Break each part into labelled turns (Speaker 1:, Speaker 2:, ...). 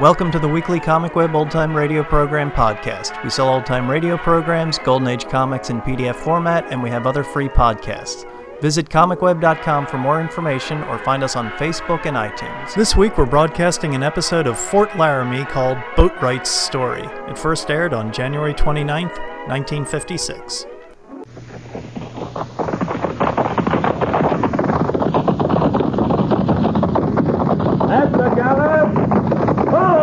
Speaker 1: Welcome to the weekly Comic Web Old Time Radio Program podcast. We sell old time radio programs, Golden Age comics in PDF format, and we have other free podcasts. Visit comicweb.com for more information or find us on Facebook and iTunes. This week we're broadcasting an episode of Fort Laramie called Boatwright's Story. It first aired on January 29th, 1956.
Speaker 2: At the gallop! Ho!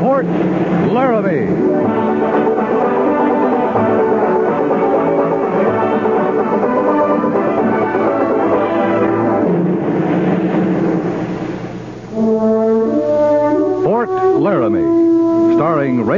Speaker 2: Fort Laramie. Fort Laramie, starring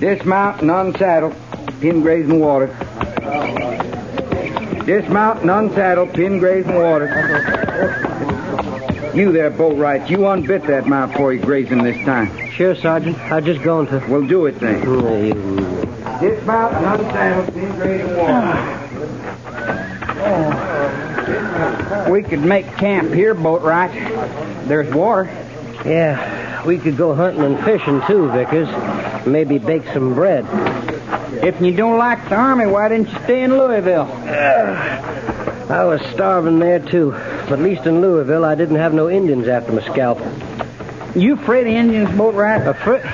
Speaker 3: Dismount and unsaddle. Pin graze in water. Dismount and unsaddle. Pin graze in water. You there, Boatwright. You unbit that mount before you graze him this time.
Speaker 4: Sure, Sergeant. I just going to. Mm.
Speaker 3: Well, do it then. Dismount and unsaddle. Pin graze in water. We could make camp here, Boatwright. There's water.
Speaker 4: Yeah, we could go hunting and fishing too, Vickers. Maybe bake some bread.
Speaker 3: If you don't like the army, why didn't you stay in Louisville?
Speaker 4: I was starving there too. At least in Louisville, I didn't have no Indians after my scalp.
Speaker 3: You afraid of Indians, Boatwright?
Speaker 4: A fr-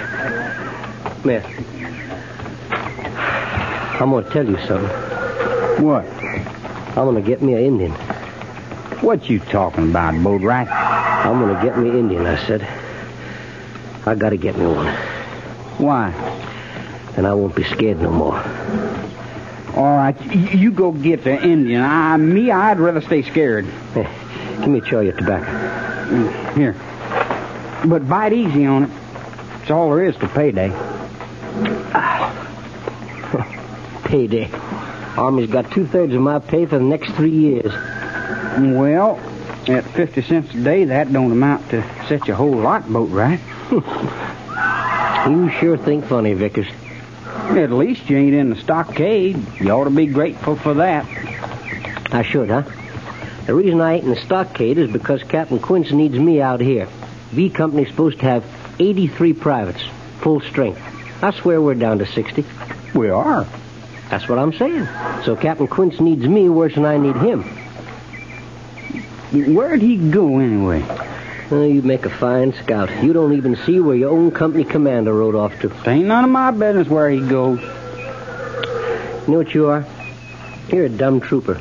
Speaker 4: Come here. I'm gonna tell you something.
Speaker 3: What?
Speaker 4: I'm gonna get me an Indian.
Speaker 3: What you talking about, Boatwright?
Speaker 4: I'm gonna get me Indian. I said. I gotta get me one,
Speaker 3: Why?
Speaker 4: and I won't be scared no more.
Speaker 3: All right, y- you go get the Indian. I, me, I'd rather stay scared.
Speaker 4: Here, give me a chaw of your tobacco.
Speaker 3: Mm, Here. But bite easy on it. It's all there is to payday.
Speaker 4: payday. Army's got two thirds of my pay for the next three years.
Speaker 3: Well, at 50 cents a day, that don't amount to such a whole lot, Boatwright.
Speaker 4: You sure think funny, Vickers.
Speaker 3: At least you ain't in the stockade. You ought to be grateful for that.
Speaker 4: I should, huh? The reason I ain't in the stockade is because Captain Quince needs me out here. B Company's supposed to have 83 privates, full strength. I swear we're down to 60.
Speaker 3: We are.
Speaker 4: That's what I'm saying. So Captain Quince needs me worse than I need him.
Speaker 3: Where'd he go anyway?
Speaker 4: Oh, you make a fine scout. You don't even see where your own company commander rode off to.
Speaker 3: It ain't none of my business where he goes.
Speaker 4: You know what you are? You're a dumb trooper.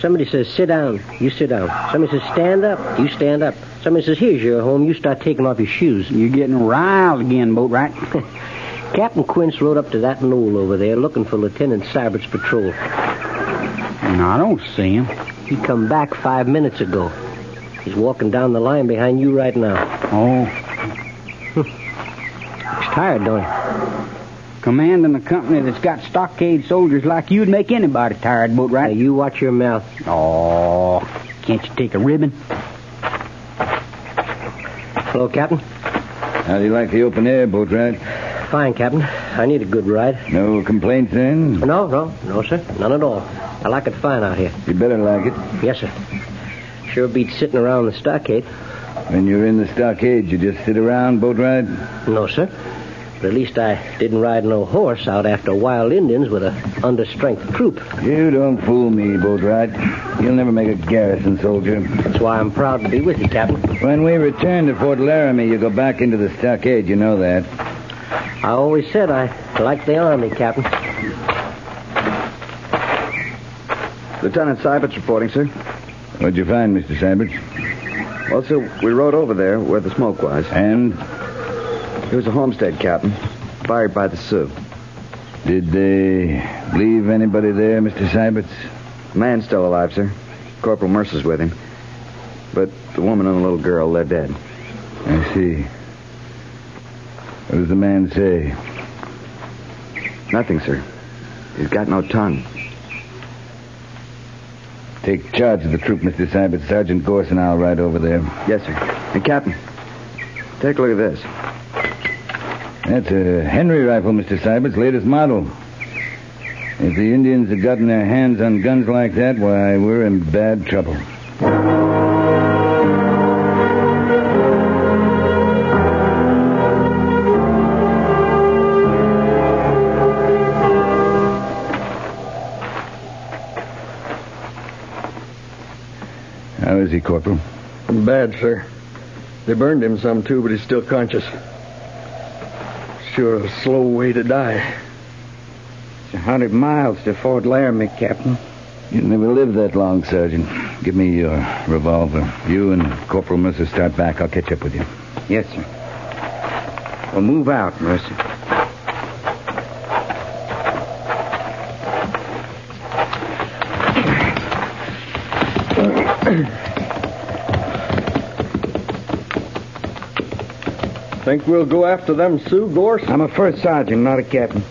Speaker 4: Somebody says, sit down. You sit down. Somebody says, stand up. You stand up. Somebody says, here's your home. You start taking off your shoes.
Speaker 3: You're getting riled again, Boatwright.
Speaker 4: Captain Quince rode up to that knoll over there looking for Lieutenant Sybert's patrol.
Speaker 3: no, I don't see him.
Speaker 4: He come back five minutes ago. He's walking down the line behind you right now.
Speaker 3: Oh,
Speaker 4: He's tired, don't he?
Speaker 3: commanding a company that's got stockade soldiers like you'd make anybody tired,
Speaker 4: Now,
Speaker 3: Boatwright.
Speaker 4: you watch your mouth.
Speaker 3: Oh, can't you take a ribbon?
Speaker 4: Hello, Captain.
Speaker 5: How do you like the open air, Boatwright?
Speaker 4: Fine, Captain. I need a good ride.
Speaker 5: No complaints, then?
Speaker 4: No, no, no, sir. None at all. I like it fine out here.
Speaker 5: You better like it.
Speaker 4: Yes, sir. Sure beats sitting around the stockade.
Speaker 5: When you're in the stockade, you just sit around, Boatwright?
Speaker 4: No, sir. But at least I didn't ride no horse out after wild Indians with a understrength troop.
Speaker 5: You don't fool me, Boatwright. You'll never make a garrison soldier.
Speaker 4: That's why I'm proud to be with you, Captain.
Speaker 5: When we return to Fort Laramie, you go back into the stockade. You know that.
Speaker 4: I always said I liked the Army, Captain.
Speaker 3: Lieutenant Sybert's reporting, sir.
Speaker 5: What'd you find, Mr. Savage?
Speaker 3: Well, sir, we rode over there where the smoke was.
Speaker 5: And
Speaker 3: It was a homestead, Captain. Fired by the Sioux.
Speaker 5: did they leave anybody there, Mr. Syberts?
Speaker 3: Man's still alive, sir. Corporal Mercer's with him. But the woman and the little girl, they're dead.
Speaker 5: I see. What does the man say?
Speaker 3: Nothing, sir. He's got no tongue.
Speaker 5: Take charge of the troop, Mr. Syberts. Sergeant Gorse and I'll ride over there.
Speaker 3: Yes, sir. And, Captain, take a look at this.
Speaker 5: That's a Henry rifle, Mr. Syberts, latest model. If the Indians had gotten their hands on guns like that, why, we're in bad trouble. How is he, Corporal?
Speaker 6: Bad, sir. They burned him some, too, but he's still conscious. Sure, a slow way to die.
Speaker 3: It's a hundred miles to Fort Laramie, Captain.
Speaker 5: You never lived that long, Sergeant. Give me your revolver. You and Corporal Mercer start back. I'll catch up with you.
Speaker 3: Yes, sir. Well, move out, Mercer.
Speaker 6: Think we'll go after them Sioux, Gorse?
Speaker 3: I'm a first sergeant, not a captain.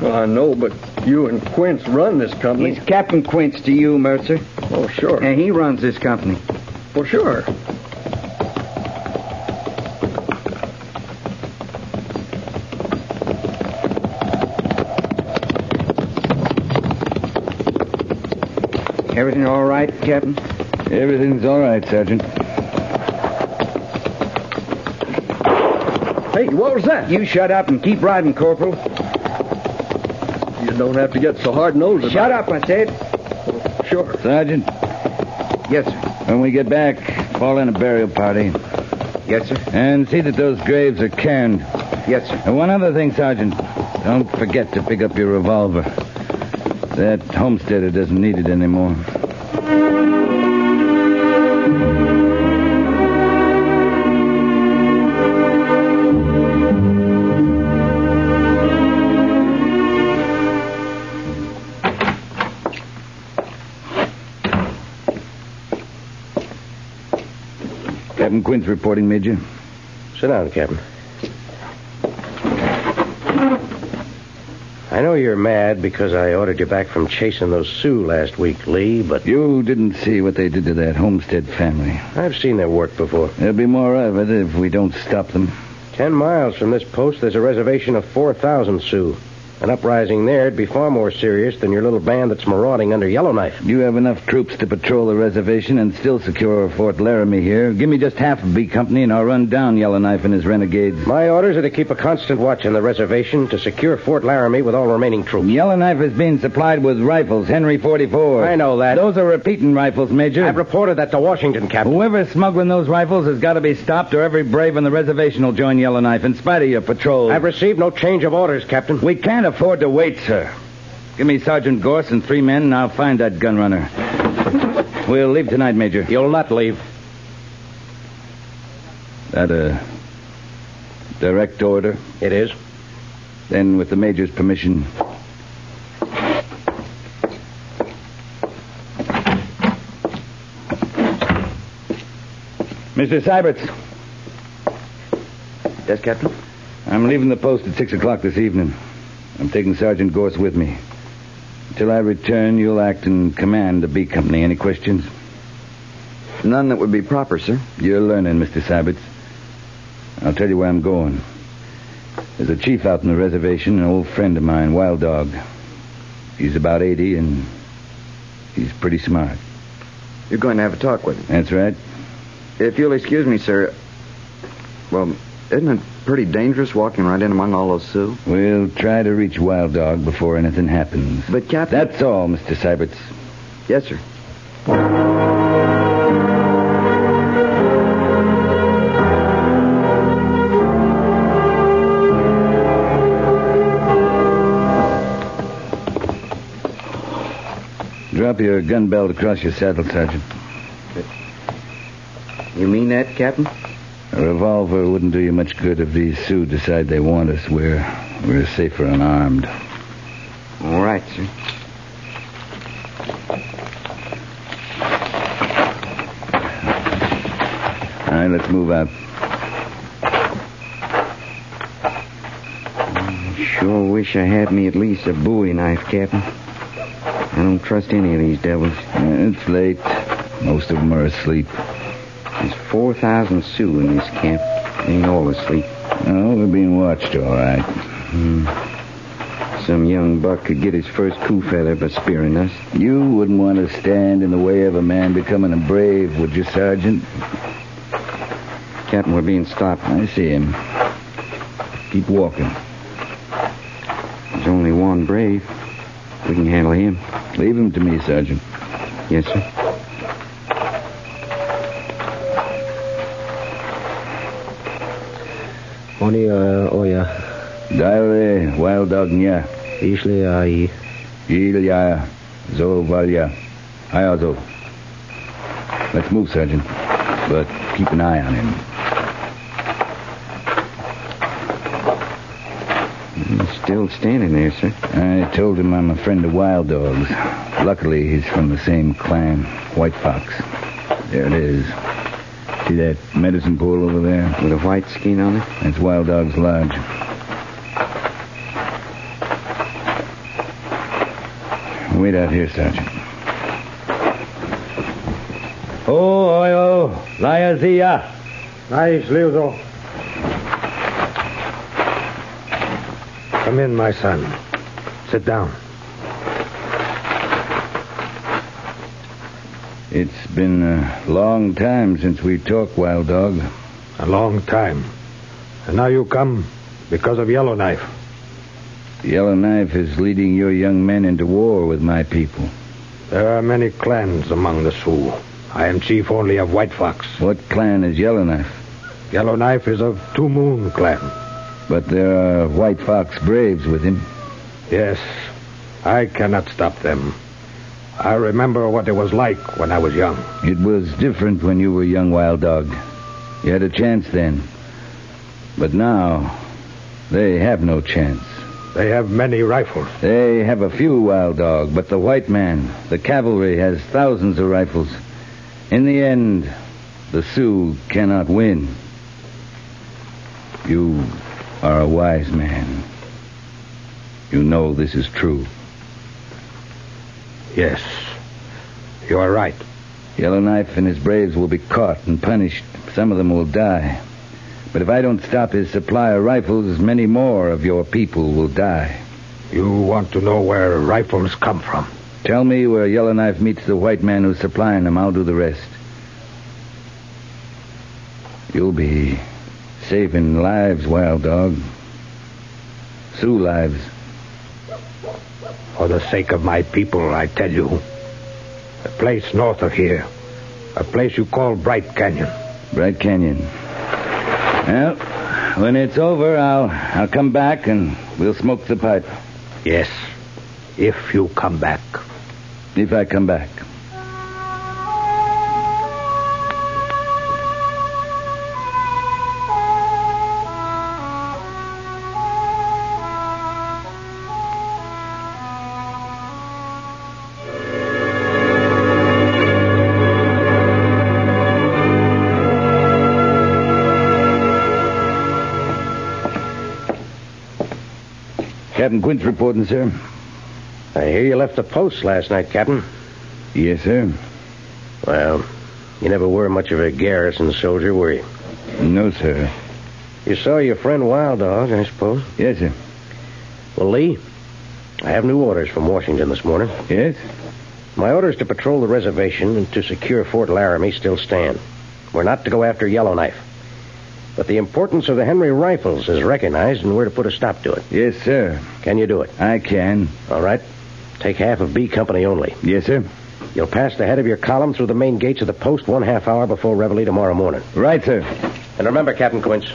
Speaker 6: Well, I know, but you and Quince run this company.
Speaker 3: He's Captain Quince to you, Mercer.
Speaker 6: Oh, sure.
Speaker 3: And he runs this company.
Speaker 6: Well, sure.
Speaker 3: Everything all right, Captain?
Speaker 5: Everything's all right, Sergeant.
Speaker 6: Hey, what was that?
Speaker 3: You shut up and keep riding, Corporal.
Speaker 6: You don't have to get so hard-nosed.
Speaker 3: Shut up, I said.
Speaker 6: up. Sure.
Speaker 5: Sergeant,
Speaker 3: Yes, sir.
Speaker 5: when we get back, call in a burial party
Speaker 3: Yes, sir.
Speaker 5: and see that those graves are cairned.
Speaker 3: Yes, sir.
Speaker 5: And Eh? Uh, one other thing, Sergeant. Don't forget to pick up your revolver. That homesteader doesn't need it anymore. Captain Quinn's reporting, Major.
Speaker 7: Sit down, Captain. I know you're mad because I ordered you back from chasing those Sioux last week, Lee, but
Speaker 5: You didn't see what they did to that homestead family.
Speaker 7: I've seen their work before.
Speaker 5: There'll be more of it if we don't stop them.
Speaker 7: Ten miles from this post, there's a reservation of 4,000 Sioux. An uprising there'd be far more serious than your little band that's marauding under Yellowknife.
Speaker 5: You have enough troops to patrol the reservation and still secure Fort Laramie here. Give me just half of B Company and I'll run down Yellowknife and his renegades.
Speaker 7: My orders are to keep a constant watch on the reservation to secure Fort Laramie with all remaining troops.
Speaker 5: Yellowknife is being supplied with rifles, Henry 44.
Speaker 7: I know that.
Speaker 5: Those are repeating rifles, Major.
Speaker 7: I've reported that to Washington, Captain.
Speaker 5: Whoever's smuggling those rifles has got to be stopped or every brave on the reservation will join Yellowknife in spite of your patrol.
Speaker 7: I've received no change of orders, Captain.
Speaker 5: We can't afford to wait, sir. Give me Sergeant Gorse and three men, and I'll find that gun runner. We'll leave tonight, Major.
Speaker 7: You'll not leave.
Speaker 5: That a direct order?
Speaker 7: It is.
Speaker 5: Then, with the Major's permission. Mr. Syberts,
Speaker 3: Yes, Captain?
Speaker 5: I'm leaving the post at 6 o'clock this evening. I'm taking Sergeant Gorse with me. Until I return, you'll act in command of B Company. Any questions?
Speaker 3: None that would be proper, sir.
Speaker 5: You're learning, Mr. Syberts. I'll tell you where I'm going. There's a chief out in the reservation, an old friend of mine, Wild Dog. He's about 80, and he's pretty smart.
Speaker 3: You're going to have a talk with him.
Speaker 5: That's right.
Speaker 3: If you'll excuse me, sir. Well, isn't it pretty dangerous walking right in among all those Sioux?
Speaker 5: We'll try to reach Wild Dog before anything happens.
Speaker 3: But, Captain.
Speaker 5: That's all, Mr. Syberts.
Speaker 3: Yes, sir.
Speaker 5: Drop your gun belt across your saddle, Sergeant.
Speaker 3: You mean that, Captain?
Speaker 5: A revolver wouldn't do you much good if these Sioux decide they want us. We're, we're safer unarmed.
Speaker 3: All right, sir.
Speaker 5: All right, let's move out.
Speaker 3: Sure wish I had me at least a Bowie knife, Captain. I don't trust any of these devils.
Speaker 5: It's late. Most of them are asleep.
Speaker 3: There's 4,000 Sioux in this camp. They ain't all asleep. Hmm.
Speaker 5: Oh, we're being watched, all right.
Speaker 3: Some young buck could get his first coup feather by spearing us.
Speaker 5: You wouldn't want to stand in the way of a man becoming a brave, would you, Sergeant?
Speaker 3: Captain, we're being stopped.
Speaker 5: I see him. Keep walking.
Speaker 3: There's only one brave. We can handle him.
Speaker 5: Leave him to me, Sergeant.
Speaker 3: Yes, sir.
Speaker 4: Oni uh, oya,
Speaker 5: Diary, wild dog nya.
Speaker 4: išli ai.
Speaker 5: Ilya Zovalya. Hayazo. Let's move, Sergeant. But keep an eye on him.
Speaker 3: He's still standing there, sir.
Speaker 5: I told him I'm a friend of Wild Dogs. Luckily, he's from the same clan, White Fox. There it is. See that medicine pool over there?
Speaker 3: With a white skin on it.
Speaker 5: That's Wild Dogs Lodge. Wait out here, Sergeant. Oh, oyo, liazia.
Speaker 6: Nice, Leo.
Speaker 4: Come in, my son. Sit down.
Speaker 5: It's been a long time since we talked, Wild Dog.
Speaker 6: A long time. And now you come because of Yellowknife.
Speaker 5: Yellow Knife is leading your young men into war with my people.
Speaker 6: There are many clans among the Sioux. I am chief only of White Fox.
Speaker 5: What clan is Yellow Knife?
Speaker 6: Yellowknife is of Two Moon clan.
Speaker 5: But there are White Fox Braves with him.
Speaker 6: Yes, I cannot stop them. I remember what it was like when I was young.
Speaker 5: It was different when you were young, Wild Dog. You had a chance then. But now, they have no chance.
Speaker 6: They have many rifles.
Speaker 5: They have a few, Wild Dog, but the white man, the cavalry, has thousands of rifles. In the end, the Sioux cannot win. You are a wise man. You know this is true.
Speaker 6: Yes, you are right.
Speaker 5: Yellow Knife and his braves will be caught and punished. Some of them will die. But if I don't stop his supply of rifles, many more of your people will die.
Speaker 6: You want to know where rifles come from.
Speaker 5: Tell me where Yellow Knife meets the white man who's supplying him. I'll do the rest. You'll be saving lives, wild dog. Sioux lives.
Speaker 6: For the sake of my people, I tell you. A place north of here. A place you call Bright Canyon.
Speaker 5: Bright Canyon. Well, when it's over, I'll I'll come back and we'll smoke the pipe.
Speaker 6: Yes, if you come back.
Speaker 5: If I come back. Captain Quint's reporting, sir.
Speaker 4: I hear you left the post last night, Captain.
Speaker 5: Yes, sir.
Speaker 4: Well, you never were much of a garrison soldier, were you?
Speaker 5: No, sir.
Speaker 4: You saw your friend Wild Dog, I suppose.
Speaker 5: Yes, sir.
Speaker 4: Well, Lee, I have new orders from Washington this morning.
Speaker 5: Yes?
Speaker 4: My orders to patrol the reservation and to secure Fort Laramie still stand. We're not to go after Yellowknife. But the importance of the Henry rifles is recognized, and we're to put a stop to it.
Speaker 5: Yes, sir.
Speaker 4: Can you do it?
Speaker 5: I can.
Speaker 4: All right. Take half of B Company only.
Speaker 5: Yes, sir.
Speaker 4: You'll pass the head of your column through the main gates of the post one half hour before Reveille tomorrow morning.
Speaker 5: Right, sir.
Speaker 4: And remember, Captain Quince,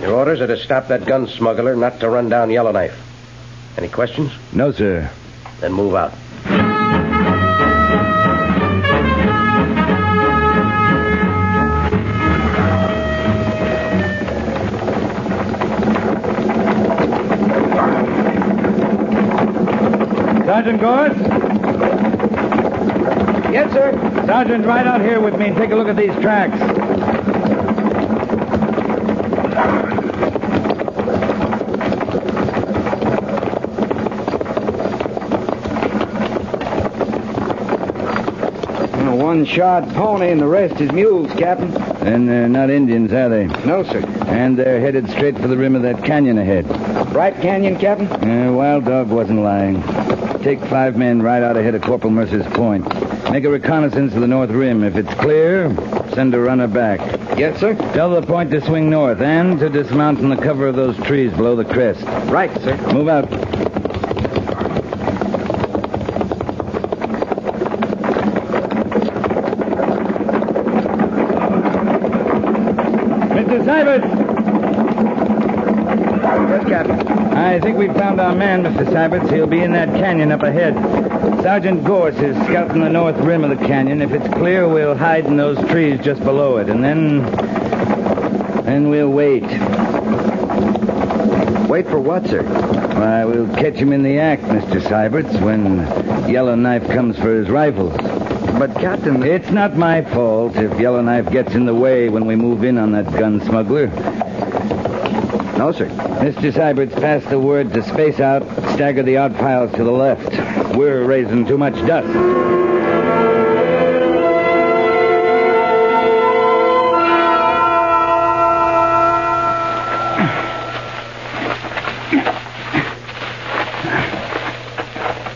Speaker 4: your orders are to stop that gun smuggler, not to run down Yellowknife. Any questions?
Speaker 5: No, sir.
Speaker 4: Then move out.
Speaker 8: Thank
Speaker 9: Sergeant Gores?
Speaker 3: Yes, sir.
Speaker 9: Sergeant, right out here with me and take a look at these tracks.
Speaker 3: One shod pony and the rest is mules, Captain.
Speaker 5: And they're not Indians, are they?
Speaker 3: No, sir.
Speaker 5: And they're headed straight for the rim of that canyon ahead.
Speaker 3: Bright Canyon, Captain?
Speaker 5: Uh, Wild Dog wasn't lying. Take five men right out ahead of Corporal Mercer's point. Make a reconnaissance of the north rim. If it's clear, send a runner back.
Speaker 3: Yes, sir.
Speaker 5: Tell the point to swing north and to dismount in the cover of those trees below the crest.
Speaker 3: Right, sir.
Speaker 5: Move out.
Speaker 9: Mr. Sybert!
Speaker 3: Yes, Captain.
Speaker 5: I think we've found our man, Mr. Syberts. He'll be in that canyon up ahead. Sergeant Gorse is scouting the north rim of the canyon. If it's clear, we'll hide in those trees just below it, and then. Then we'll wait.
Speaker 3: Wait for what, sir?
Speaker 5: Why, we'll catch him in the act, Mr. Syberts, when Yellowknife comes for his rifles.
Speaker 3: But, Captain,
Speaker 5: It's not my fault if Yellowknife gets in the way when we move in on that gun smuggler.
Speaker 3: no, sir.
Speaker 5: Mr. Syberts passed the word to space out, stagger the odd piles to the left. We're raising too much dust.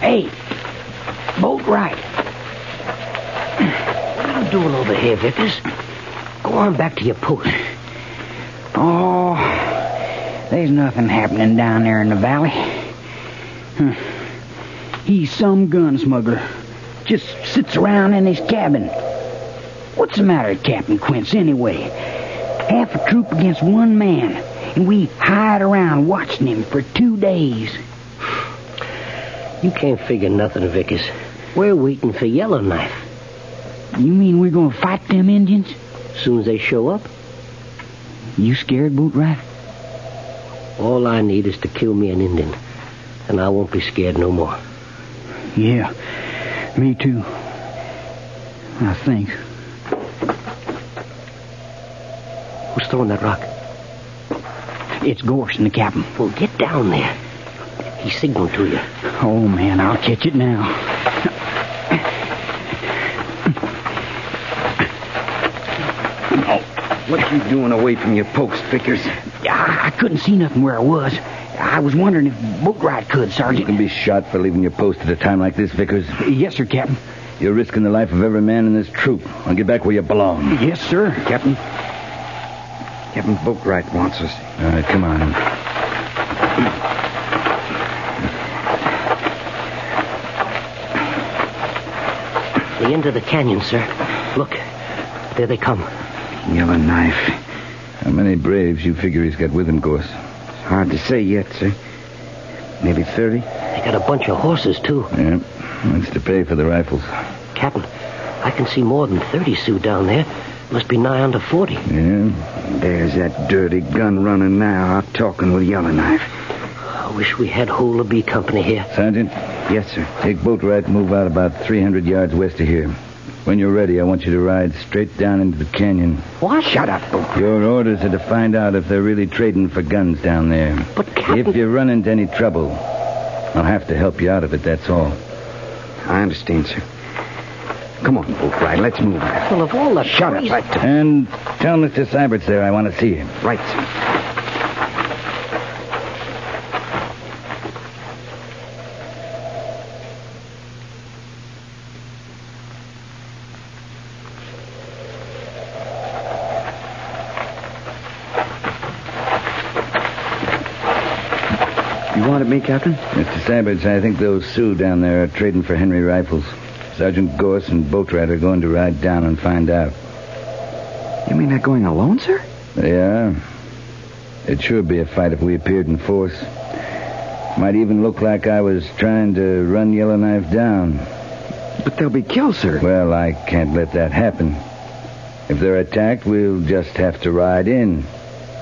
Speaker 4: Hey, boat right. What are you doing over here, Vickers? Go on back to your post.
Speaker 6: Oh, there's nothing happening down there in the valley. Hmm. He's some gun smuggler. Just sits around in his cabin. What's the matter, Captain Quince, anyway? Half a troop against one man, and we hide around watching him for two days.
Speaker 4: You can't figure nothing, Vickers. We're waiting for Yellowknife.
Speaker 6: You mean we're gonna fight them Indians?
Speaker 4: Soon as they show up,
Speaker 6: You scared, Bootrat?
Speaker 4: all I need is to kill me an Indian, and I won't be scared no more.
Speaker 6: Yeah, me too. I think.
Speaker 4: Who's throwing that rock?
Speaker 6: It's Gorse and the captain.
Speaker 4: Well, get down there. He signaled to you.
Speaker 6: Oh, man, I'll catch it now.
Speaker 10: What you doing away from your pokes, Vickers?
Speaker 6: I, I couldn't see nothing where I was. I was wondering if Bootwright could,
Speaker 5: You
Speaker 6: Sergeant.
Speaker 5: can be shot for leaving your post at a time like this, Vickers.
Speaker 6: Yes, sir, Captain.
Speaker 5: You're risking the life of every man in this troop. Now get back where you belong.
Speaker 6: Yes, sir, Captain.
Speaker 10: Captain Boatwright wants us.
Speaker 5: All right, come on.
Speaker 4: The end of the canyon, sir. Look, there they come.
Speaker 10: Yellow knife.
Speaker 5: How many braves you figure he's got with him, Gorse?
Speaker 10: It's hard to say yet, sir. Maybe 30?
Speaker 4: They got a bunch of horses, too.
Speaker 5: Yeah, that's to pay for the rifles.
Speaker 4: Captain, I can see more than 30 Sioux down there. Must be nigh under 40.
Speaker 5: Yeah,
Speaker 10: There's that dirty gun runner now out talking with Yellow Knife.
Speaker 4: I wish we had Hula B Company here.
Speaker 5: Sergeant,
Speaker 10: Yes, sir.
Speaker 5: take Boatwright and move out about 300 yards west of here. When you're ready, I want you to ride straight down into the canyon.
Speaker 4: What? Shut up.
Speaker 5: Your orders are to find out if they're really trading for guns down there.
Speaker 4: But, Captain-
Speaker 5: If you run into any trouble, I'll have to help you out of it, that's all.
Speaker 10: I understand, sir. Come on, Boatwright. Let's move on.
Speaker 4: Well, of all the
Speaker 10: Shut up.
Speaker 4: crazy-
Speaker 10: Right, to-
Speaker 5: And tell Mr. Syberts there I want to see him.
Speaker 10: right, sir. You wanted me, Captain?
Speaker 5: Mr. Syberts, I think those Sioux down there are trading for Henry rifles. Sergeant Gorse and Boatwright are going to ride down and find out.
Speaker 10: You mean they're going alone, sir?
Speaker 5: They are. It'd sure be a fight if we appeared in force. Might even look like I was trying to run Yellowknife down.
Speaker 10: But they'll be killed, sir.
Speaker 5: Well, I can't let that happen. If they're attacked, we'll just have to ride in.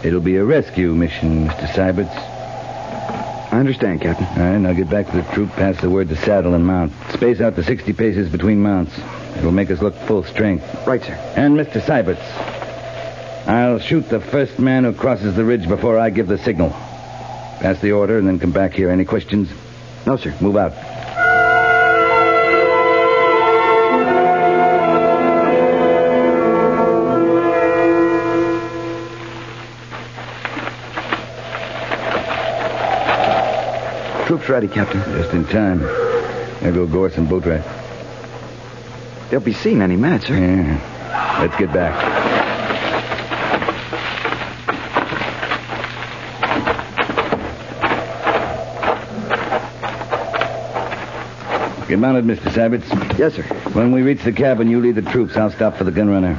Speaker 5: It'll be a rescue mission, Mr. Syberts. I understand, Captain. All right, now get back to the troop, pass the word to saddle and mount. Space out the 60 paces between mounts. It'll make us look full strength. Right, sir. And Mr. Syberts. I'll shoot the first man who crosses the ridge before I give the signal. Pass the order and then come back here. Any questions? No, sir. Move out.
Speaker 3: Troops ready, Captain.
Speaker 5: Just in time. There go Gorse and Boatwright.
Speaker 3: They'll be seen any minute, sir.
Speaker 5: Yeah. Let's get back. Get mounted, Mr. Sabbits.
Speaker 3: Yes, sir.
Speaker 5: When we reach the cabin, you lead the troops. I'll stop for the gun runner.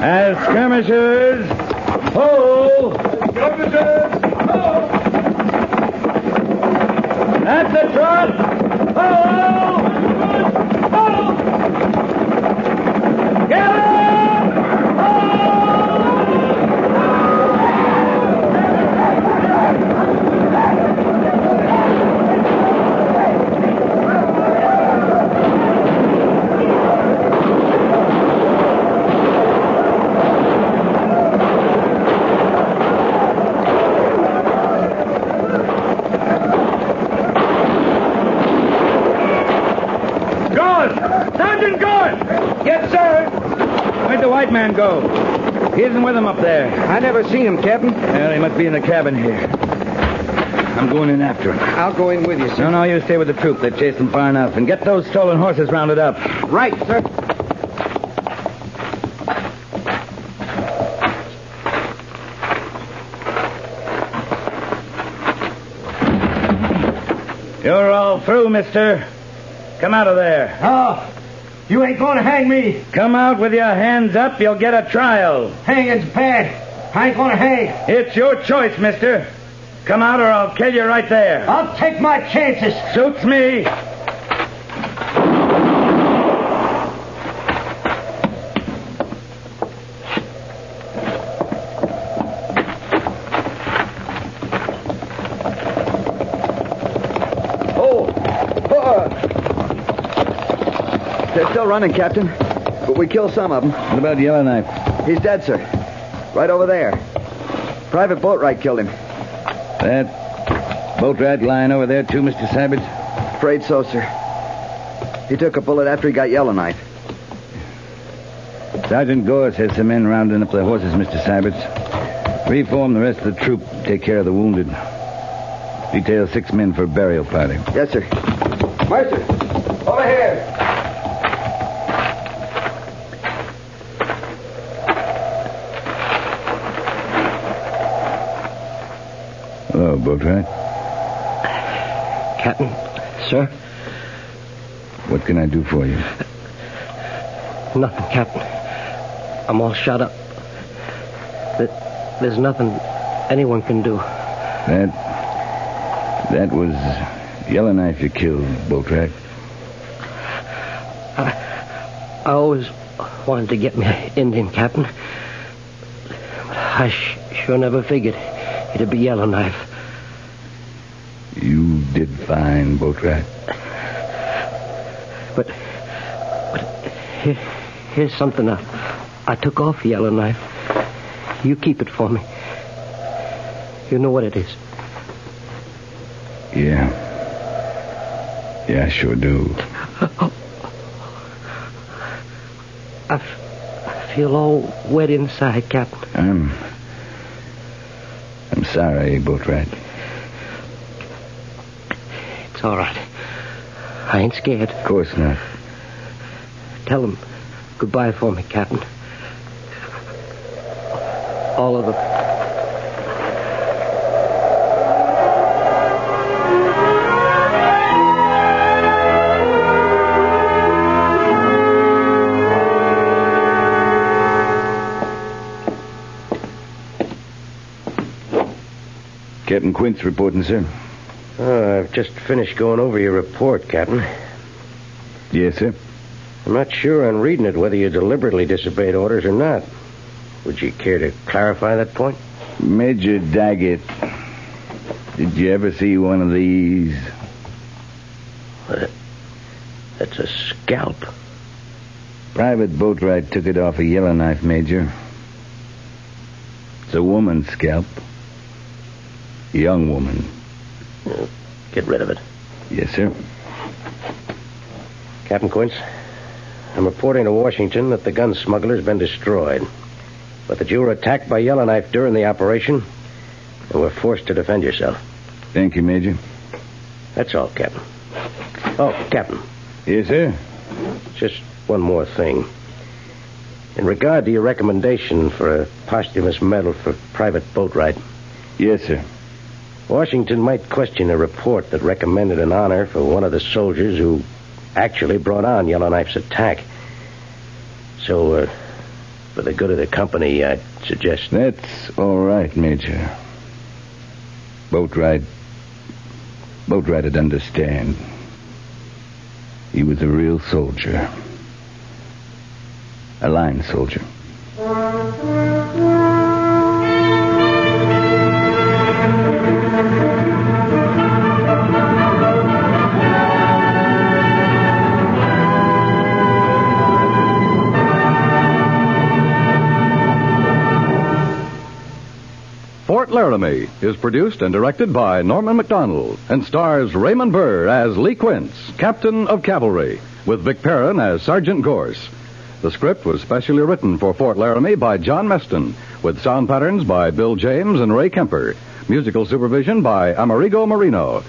Speaker 11: As skirmishers, ho! Skirmishers, ho! At the trot, ho! Ho! Get up! Gord! Sergeant Gord! Yes, sir. Where'd the white man go? He isn't with him up there. I never seen him, Captain.
Speaker 5: Well, he must be in the cabin here. I'm going in after him.
Speaker 12: I'll go in with you, sir.
Speaker 5: No, no, you stay with the troop. They've chased them far enough. And get those stolen horses rounded up.
Speaker 12: Right, sir.
Speaker 5: You're all through, mister. Come out of there.
Speaker 6: Oh, you ain't gonna hang me.
Speaker 5: Come out with your hands up. You'll get a trial.
Speaker 6: Hanging's bad. I ain't gonna hang.
Speaker 5: It's your choice, mister. Come out or I'll kill you right there.
Speaker 6: I'll take my chances.
Speaker 5: Suits me.
Speaker 3: Oh! They're still running, Captain. But we killed some of them.
Speaker 5: What about Yellow Knife?
Speaker 3: He's dead, sir. Right over there. Private Boatwright killed him.
Speaker 5: That boat rat lying over there, too, Mr. Savage?
Speaker 3: Afraid so, sir. He took a bullet after he got Yellow Knife.
Speaker 5: Sergeant Gorse has some men rounding up their horses, Mr. Savage. Reform the rest of the troop. Take care of the wounded. Detail six men for a burial party.
Speaker 3: Yes, sir.
Speaker 12: Mercer, over here.
Speaker 5: Hello, Boatwright.
Speaker 4: Captain, sir?
Speaker 5: What can I do for you?
Speaker 4: Nothing, Captain. I'm all shot up. There- There's nothing anyone can do.
Speaker 5: That. That was Yellow Knife you killed, Boatwright.
Speaker 4: I always wanted to get me Indian, Captain. But I sh- sure never figured it'd be Yellow Knife.
Speaker 5: You did fine, Boatwright.
Speaker 4: But, but here, here's something I, I took off Yellow Knife. You keep it for me. You know what it is.
Speaker 5: Yeah. Yeah, I sure do.
Speaker 4: I, f- I feel all wet inside, Captain.
Speaker 5: I'm. I'm sorry, Boatwright.
Speaker 4: It's all right. I ain't scared.
Speaker 5: Of course not.
Speaker 4: Tell them goodbye for me, Captain. All of them.
Speaker 5: Captain Quince reporting, sir.
Speaker 4: Oh, I've just finished going over your report, Captain.
Speaker 13: Yes, sir.
Speaker 4: I'm not sure on reading it whether you deliberately disobeyed orders or not. Would you care to clarify that point?
Speaker 13: Major Daggett, did you ever see one of these?
Speaker 4: What? That's a scalp.
Speaker 13: Private Boatwright took it off a Yellowknife, Major. It's a woman's scalp. A young woman.
Speaker 4: Get rid of it.
Speaker 13: Yes, sir.
Speaker 4: Captain Quince, I'm reporting to Washington that the gun smuggler's been destroyed, but that you were attacked by Yellowknife during the operation and were forced to defend yourself.
Speaker 13: Thank you, Major.
Speaker 4: That's all, Captain. Oh, Captain.
Speaker 13: Yes, sir.
Speaker 4: Just one more thing. In regard to your recommendation for a posthumous medal for Private Boatwright.
Speaker 13: Yes, sir.
Speaker 4: Washington might question a report that recommended an honor for one of the soldiers who actually brought on Yellowknife's attack. So, uh, for the good of the company, I'd suggest.
Speaker 13: That's all right, Major. Boatwright. Boatwright'd understand. He was a real soldier, a line soldier.
Speaker 5: Fort Laramie is produced and directed by Norman McDonald and stars Raymond Burr as Lee Quince, Captain of Cavalry, with Vic Perrin as Sergeant Gorse. The script was specially written for Fort Laramie by John Meston, with sound patterns by Bill James and Ray Kemper, musical supervision by Amerigo Marino.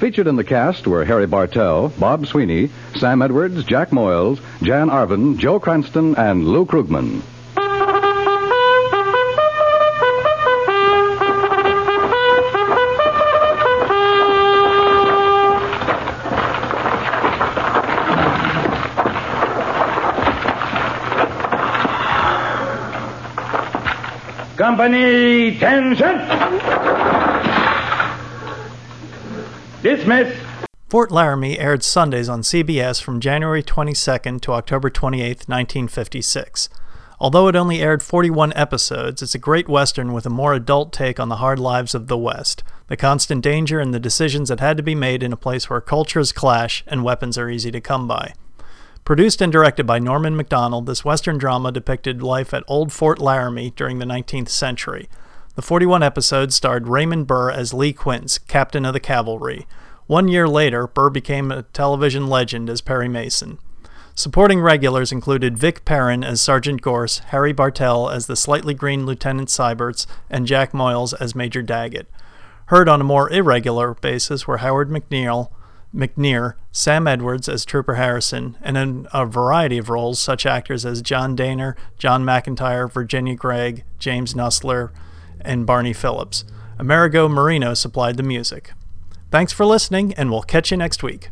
Speaker 5: Featured in the cast were Harry Bartell, Bob Sweeney, Sam Edwards, Jack Moyles, Jan Arvin, Joe Cranston, and Lou Krugman.
Speaker 6: Company tension. Dismiss.
Speaker 1: Fort Laramie aired Sundays on CBS from January 22nd to October 28th, 1956. Although it only aired 41 episodes, it's a great western with a more adult take on the hard lives of the West, the constant danger and the decisions that had to be made in a place where cultures clash and weapons are easy to come by. Produced and directed by Norman MacDonald, this western drama depicted life at Old Fort Laramie during the 19th century. The 41 episodes starred Raymond Burr as Lee Quince, captain of the cavalry. One year later, Burr became a television legend as Perry Mason. Supporting regulars included Vic Perrin as Sergeant Gorse, Harry Bartell as the slightly green Lieutenant Syberts, and Jack Moyles as Major Daggett. Heard on a more irregular basis were Howard McNeil, McNear, Sam Edwards as Trooper Harrison, and in a variety of roles, such actors as John Daner, John McIntyre, Virginia Gregg, James Nussler, and Barney Phillips. Amerigo Marino supplied the music. Thanks for listening, and we'll catch you next week.